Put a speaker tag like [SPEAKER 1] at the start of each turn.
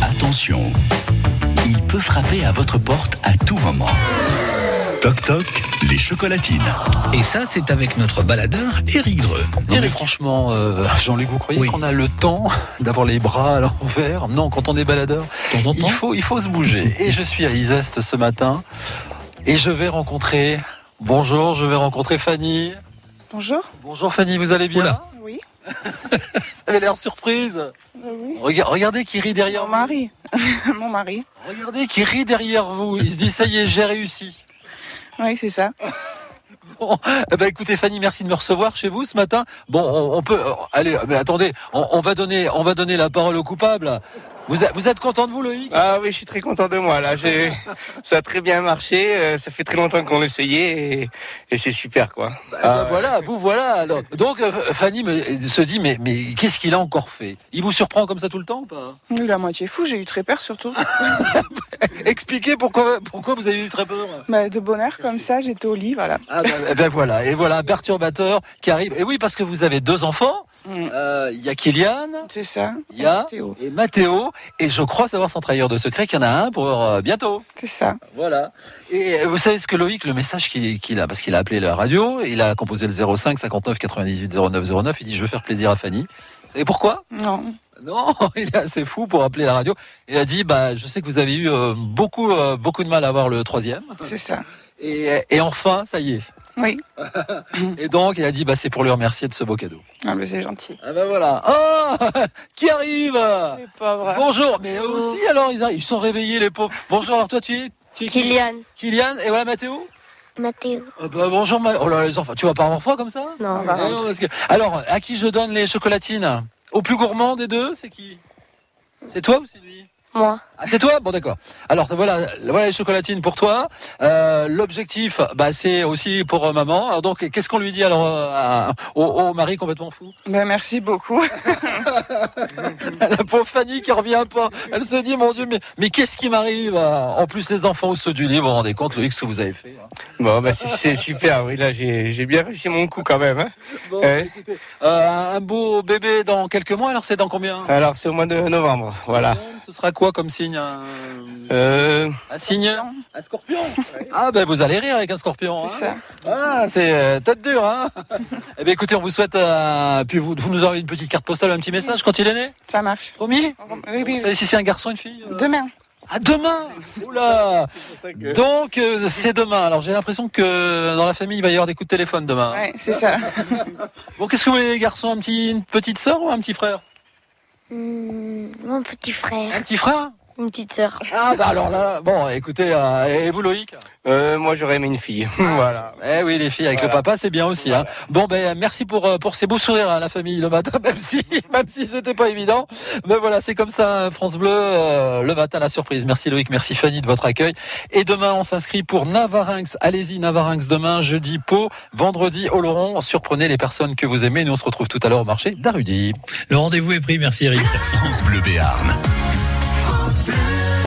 [SPEAKER 1] Attention, il peut frapper à votre porte à tout moment. Toc toc, les chocolatines.
[SPEAKER 2] Et ça, c'est avec notre baladeur Eric Dreux.
[SPEAKER 3] Non, mais franchement, euh, Jean-Luc, vous croyez
[SPEAKER 2] Oui.
[SPEAKER 3] qu'on a le temps d'avoir les bras à l'envers Non, quand on est baladeur,
[SPEAKER 2] de temps en
[SPEAKER 3] il
[SPEAKER 2] temps,
[SPEAKER 3] faut, il faut se bouger. Et je suis à Iseste ce matin et je vais rencontrer. Bonjour, je vais rencontrer Fanny.
[SPEAKER 4] Bonjour.
[SPEAKER 3] Bonjour Fanny, vous allez bien
[SPEAKER 2] Oula.
[SPEAKER 4] Oui.
[SPEAKER 3] Vous avez l'air surprise.
[SPEAKER 4] euh, oui.
[SPEAKER 3] Rega- regardez qui rit derrière
[SPEAKER 4] Mon
[SPEAKER 3] moi.
[SPEAKER 4] mari. Mon mari.
[SPEAKER 3] Regardez qui rit derrière vous. Il se dit ça y est, j'ai réussi.
[SPEAKER 4] Oui, c'est ça.
[SPEAKER 3] Bon, eh ben écoutez Fanny, merci de me recevoir chez vous ce matin. Bon, on, on peut euh, allez, mais attendez, on, on va donner, on va donner la parole au coupable. Vous, êtes- vous êtes content de vous Loïc
[SPEAKER 5] Ah oui, je suis très content de moi là. J'ai- Ça a très bien marché. euh, Ça fait très longtemps qu'on l'essayait et, et c'est super quoi.
[SPEAKER 3] Bah, bah, voilà, vous voilà. Alors, donc euh, Fanny me- se dit mais mais qu'est-ce qu'il a encore fait Il vous surprend comme ça tout le temps ou pas
[SPEAKER 4] Il est à moitié fou, j'ai eu très peur surtout.
[SPEAKER 3] Expliquez pourquoi pourquoi vous avez eu très peur.
[SPEAKER 4] Bah, de bonheur comme ça, j'étais au lit, voilà.
[SPEAKER 3] Ah ben, eh ben voilà, et voilà un perturbateur qui arrive. Et oui, parce que vous avez deux enfants.
[SPEAKER 4] Mm.
[SPEAKER 3] Euh, Il y a Kylian
[SPEAKER 4] C'est ça.
[SPEAKER 3] Il y a-
[SPEAKER 4] Théo.
[SPEAKER 3] et Mathéo. Et je crois savoir sans trahir de secret qu'il y en a un pour euh, bientôt.
[SPEAKER 4] C'est ça.
[SPEAKER 3] Voilà. Et euh, vous savez ce que Loïc, le message qu'il qu'il a, parce qu'il a appelé la radio, il a composé le 05 59 98 09 09, il dit je veux faire plaisir à Fanny. Vous savez pourquoi
[SPEAKER 4] Non.
[SPEAKER 3] Non, il est assez fou pour appeler la radio. Il a dit bah je sais que vous avez eu euh, beaucoup euh, beaucoup de mal à avoir le troisième.
[SPEAKER 4] C'est ça.
[SPEAKER 3] Et, et enfin, ça y est.
[SPEAKER 4] Oui.
[SPEAKER 3] Et donc il a dit bah c'est pour lui remercier de ce beau cadeau.
[SPEAKER 4] Ah, mais c'est gentil.
[SPEAKER 3] Ah ben voilà. Oh Qui arrive
[SPEAKER 4] pauvre.
[SPEAKER 3] Bonjour. Mais eux aussi alors ils, arrivent. ils sont réveillés les pauvres. Bonjour. Alors toi tu es tu es qui
[SPEAKER 6] Kylian,
[SPEAKER 3] Kylian et voilà Mathéo.
[SPEAKER 6] Mathéo.
[SPEAKER 3] Ah bah, bonjour. Ma- Oh là là, les enfants. Tu vas pas en fois comme ça
[SPEAKER 6] Non,
[SPEAKER 3] Ah non, parce que- Alors à qui je donne les chocolatines Au plus gourmand des deux, c'est qui C'est toi ou c'est lui
[SPEAKER 6] moi.
[SPEAKER 3] ah, c'est toi Bon d'accord. Alors voilà, voilà les chocolatines pour toi. Euh, L'objectif, bah, c'est aussi pour euh, maman. Alors donc, qu'est-ce qu'on lui dit alors euh, à- au, au mari complètement fou
[SPEAKER 4] Bah, merci beaucoup.
[SPEAKER 3] La pauvre Fanny qui revient pas. Elle se dit, mon Dieu, mais, mais qu'est-ce qui m'arrive euh, En plus, les enfants au saut du lit, vous vous rendez compte, Loïc, ce que vous avez fait. hein.
[SPEAKER 5] Bon bah c'est- c'est super. Oui là, j'ai j'ai bien réussi mon coup quand même. hein.
[SPEAKER 3] Bon,
[SPEAKER 5] Ouais.
[SPEAKER 3] écoutez, euh, un beau bébé dans quelques mois, alors c'est dans combien
[SPEAKER 5] Alors c'est au mois de novembre.
[SPEAKER 4] Ah.
[SPEAKER 5] Voilà.
[SPEAKER 3] Ce sera quoi comme signe Un,
[SPEAKER 5] Euh,
[SPEAKER 3] un signe Un scorpion Ah ben vous allez rire avec un scorpion.
[SPEAKER 4] C'est
[SPEAKER 3] hein.
[SPEAKER 4] ça.
[SPEAKER 3] Ah, c'est euh, tête dure. Hein eh bien écoutez, on vous souhaite... euh, puis vous, vous nous envoyez une petite carte postale, un petit message quand il est né
[SPEAKER 4] Ça marche.
[SPEAKER 3] Promis
[SPEAKER 4] Oui,
[SPEAKER 3] Vous
[SPEAKER 4] oui.
[SPEAKER 3] savez si c'est un garçon, une fille euh
[SPEAKER 4] Demain.
[SPEAKER 3] À demain Oula
[SPEAKER 5] donc-
[SPEAKER 3] Donc euh, c'est demain. Alors j'ai l'impression que dans la famille il va y avoir des coups de téléphone demain.
[SPEAKER 4] Ouais, c'est ça.
[SPEAKER 3] Bon qu'est-ce que vous voulez les garçons, un petit, une petite sœur ou un petit frère
[SPEAKER 6] Hmm, mon petit frère.
[SPEAKER 3] Un petit frère
[SPEAKER 6] Une petite sœur.
[SPEAKER 3] Ah bah alors là, bon écoutez, euh, et vous Loïc
[SPEAKER 5] euh, moi j'aurais aimé une fille. voilà.
[SPEAKER 3] Eh oui les filles avec
[SPEAKER 5] Voilà.
[SPEAKER 3] le papa c'est bien aussi. hein. Bon ben merci pour, euh, pour ces beaux sourires à la famille le matin, même si même si c'était pas évident. Mais voilà c'est comme ça hein, France Bleu, euh, le matin la surprise. Merci Loïc, merci Fanny de votre accueil. Et demain on s'inscrit pour Navarinx. Allez-y Navarinx demain, jeudi Pau, vendredi Oloron. Surprenez les personnes que vous aimez. Nous on se retrouve tout à l'heure au marché d'Arudy.
[SPEAKER 2] le rendez-vous est pris. Merci Eric.
[SPEAKER 1] France Bleu Béarn.